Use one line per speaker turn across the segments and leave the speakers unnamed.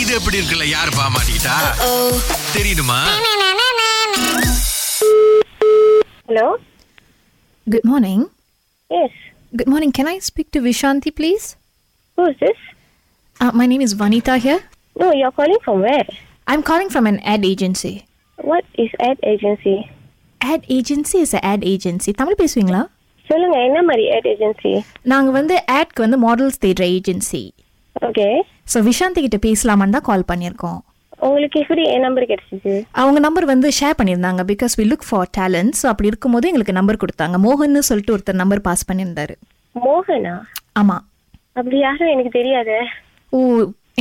இது எப்படி இருக்குல்ல யாரு பாமாட்டா தெரியுமா
hello
Good morning.
Yes
Good morning. Can I speak to Vishanti, please?
who is this
Uh, my name is Vanita here.
no you're calling from where
I'm calling from an ad agency.
what is ad agency
Ad agency is an ad agency. Tamil பேசுவீங்களா
சொல்லுங்க என்ன மாதிரி ad agency
நாங்கள் வந்து ஆட்க்கு வந்து models தேடுற agency
okay
so Vishanthi கிட்ட பேசலாமான்னு தான் கால் பண்ணியிருக்கோம்
உங்களுக்கு எப்படி என் நம்பர் கிடைச்சிச்சு
அவங்க நம்பர் வந்து ஷேர் பண்ணியிருந்தாங்க because we look for talent so அப்படி இருக்கும்போது எங்களுக்கு நம்பர் கொடுத்தாங்க மோகன்னு சொல்லிட்டு ஒருத்தர் நம்பர் பாஸ் பண்ணியிருந்தாரு
மோகனா
ஆமாம்
அப்படி யாரும் எனக்கு தெரியாதே
ஓ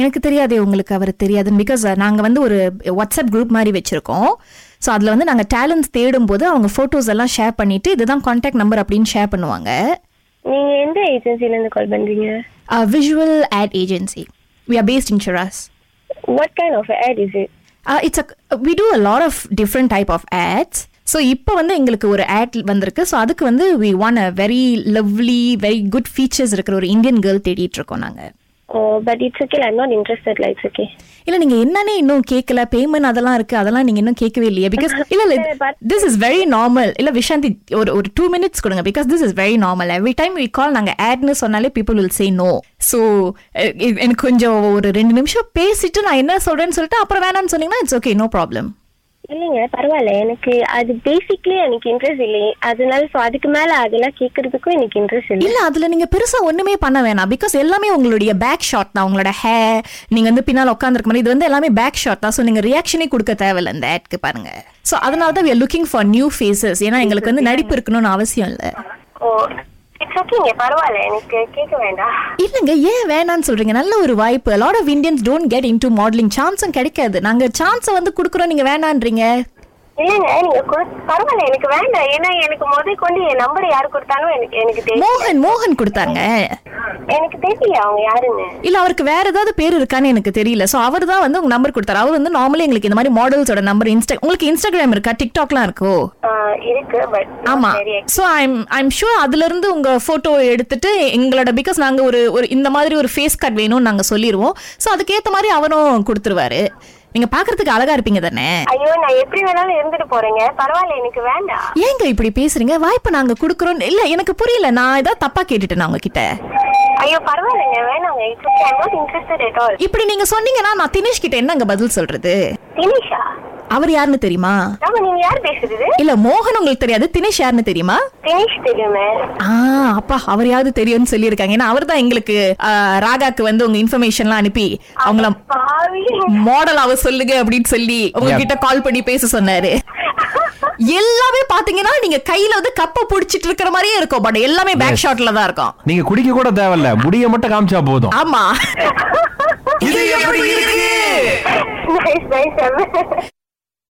எனக்கு தெரியாதே உங்களுக்கு அவர் தெரியாது பிகாஸ் நாங்கள் வந்து ஒரு வாட்ஸ்அப் குரூப் மாதிரி வச்சுருக்கோம் ஸோ அதில் வந்து நாங்கள் டேலண்ட்ஸ் தேடும்போது அவங்க ஃபோட்டோஸ் எல்லாம் ஷேர் பண்ணிவிட்டு இதுதான் காண்டாக்ட் நம்பர் அப்படின்னு ஷேர் பண்ணுவாங்க
நீங்க எந்த ஏஜென்சில இருந்து கால் பண்றீங்க
visual ad agency we are based in ஷராஸ்
what kind of ad is it
it's a we do a lot of different type of ads so இப்போ வந்து எங்களுக்கு ஒரு ஆட் வந்திருக்கு ஸோ அதுக்கு வந்து we want a very lovely very good features இருக்கிற ஒரு இந்தியன் கேர்ள் தேடிட்டு இருக்கோம் நாங்கள்
oh but it's okay i'm not interested like it's okay
இல்ல நீங்க என்னன்னே இன்னும் கேட்கல பேமெண்ட் அதெல்லாம் இருக்கு அதெல்லாம் நீங்க இன்னும் கேட்கவே இல்லையா பிகாஸ் இல்ல இல்ல
சரி, but-
this is very normal இல்ல விஷாந்தி ஒரு ஒரு டூ மினிட்ஸ் கொடுங்க because this is very normal every time we call நாங்க ஆட்னு சொன்னாலே people will say no so eh, எனக்கு கொஞ்சம் ஒரு ரெண்டு நிமிஷம் பேசிட்டு நான் என்ன சொல்றேன்னு சொல்லிட்டு அப்புறம் வேணாம்னு சொன்னீங்கன்னா இட்ஸ் ஓகே நோ ப்ராப்ளம்
இல்லைங்க பரவாயில்ல எனக்கு அது பேசிக்லி எனக்கு இன்ட்ரெஸ்ட் இல்லை அதனால so அதுக்கு மேல அதெல்லாம் கேட்கறதுக்கும் எனக்கு இன்ட்ரெஸ்ட் இல்லை
இல்ல அதுல நீங்க பெருசா ஒண்ணுமே பண்ண வேணாம் பிகாஸ் எல்லாமே உங்களுடைய பேக் ஷாட் தான் உங்களோட ஹேர் நீங்க வந்து பின்னால உட்காந்துருக்க மாதிரி இது வந்து எல்லாமே பேக் ஷாட் தான் ஸோ நீங்க ரியாக்ஷனே கொடுக்க தேவையில்ல இந்த ஆட்க்கு பாருங்க ஸோ அதனால தான் we are looking for new faces ஏன்னா எங்களுக்கு வந்து நடிப்பு இருக்கணும்னு அவசியம் இல்ல
ஓ இட்ஸ் ஓகேங்க பரவாயில்ல எனக்கு கேட்க வேண்டாம்
இல்லங்க ஏன் வேணாம்னு சொல்றீங்க நல்ல ஒரு வாய்ப்பு lot of Indians don't get into modelling சான்ஸும் கிடைக்காது நாங்க சான்ஸை வந்து கொடுக்குறோம் நீங்க வேணான்றீங்க
இல்லைங்க நீங்க கொடு- பரவாயில்ல எனக்கு வேண்டாம் ஏன்னா எனக்கு முதல் கொண்டு என் நம்பர் யாரு கொடுத்தாலும் எனக்கு எனக்கு தெரியும்
மோகன் மோகன் கொடுத்தாங்க
எனக்கு தெரியல அவங்க யாருன்னு
இல்ல அவருக்கு வேற ஏதாவது பேர் இருக்கான்னு எனக்கு தெரியல சோ அவர் தான் வந்து உங்க நம்பர் கொடுத்தாரு அவர் வந்து நார்மலி எங்களுக்கு இந்த மாதிரி மாடல்ஸோட நம்பர் இன்ஸ்டா உங்களுக்கு இன்ஸ்டாகிராம் இருக்கா டிக்டாக்லாம் இருக்கோ
ஆஹ் இருக்கு பட்
ஆமா
சரி
சோ ஐம் ஐம் ஷூர் அதுல இருந்து உங்க போட்டோ எடுத்துட்டு எங்களோட பிகாஸ் நாங்க ஒரு ஒரு இந்த மாதிரி ஒரு ஃபேஸ் கட் வேணும்னு நாங்க சொல்லிடுவோம் சோ அதுக்கேத்த மாதிரி அவரும் கொடுத்துருவாரு நீங்க பாக்குறதுக்கு அழகா இருப்பீங்க தானே
ஐயோ நான் எப்படி வேணாலும் இருந்துட்டு போறேங்க பரவாயில்ல எனக்கு வேண்டாம்
ஏங்க இப்படி பேசுறீங்க வாய்ப்பு நாங்க கொடுக்குறோம் இல்ல எனக்கு புரியல நான் ஏதாவது தப்பா கேட்டுட்டேன் உங்ககிட்ட
ஐயோ பரவாயில்லைங்க வேணாங்க it's okay I'm not interested at all
இப்படி நீங்க சொன்னீங்கன்னா நான் தினேஷ் கிட்ட என்னங்க பதில் சொல்றது
தினேஷா
அவர் யாருன்னு தெரியுமா
ஆமா நீங்க யார் பேசுறது
இல்ல மோகன் உங்களுக்கு தெரியாது தினேஷ் யாருன்னு தெரியுமா
தினேஷ் தெரியுமே
ஆ அப்பா அவர் யாவது தெரியும்னு சொல்லியிருக்காங்க ஏன்னா அவர் தான் எங்களுக்கு ஆ, ராகாக்கு வந்து உங்க இன்ஃபர்மேஷன்லாம் அனுப்பி அவங்கள
பாவி
மாடல் அவ சொல்லுங்க அப்படின்னு சொல்லி உங்ககிட்ட கால் பண்ணி பேச சொன்னாரு எல்லாமே பாத்தீங்கன்னா நீங்க கையில வந்து கப்ப புடிச்சிட்டு இருக்கிற மாதிரியே இருக்கும் பட் எல்லாமே பேக் ஷாட்ல தான் இருக்கும்
நீங்க குடிக்க கூட தேவையில்ல முடிய மட்டும் காமிச்சா போதும்
ஆமா
இது எப்படி இருக்கு
நைஸ் நைஸ்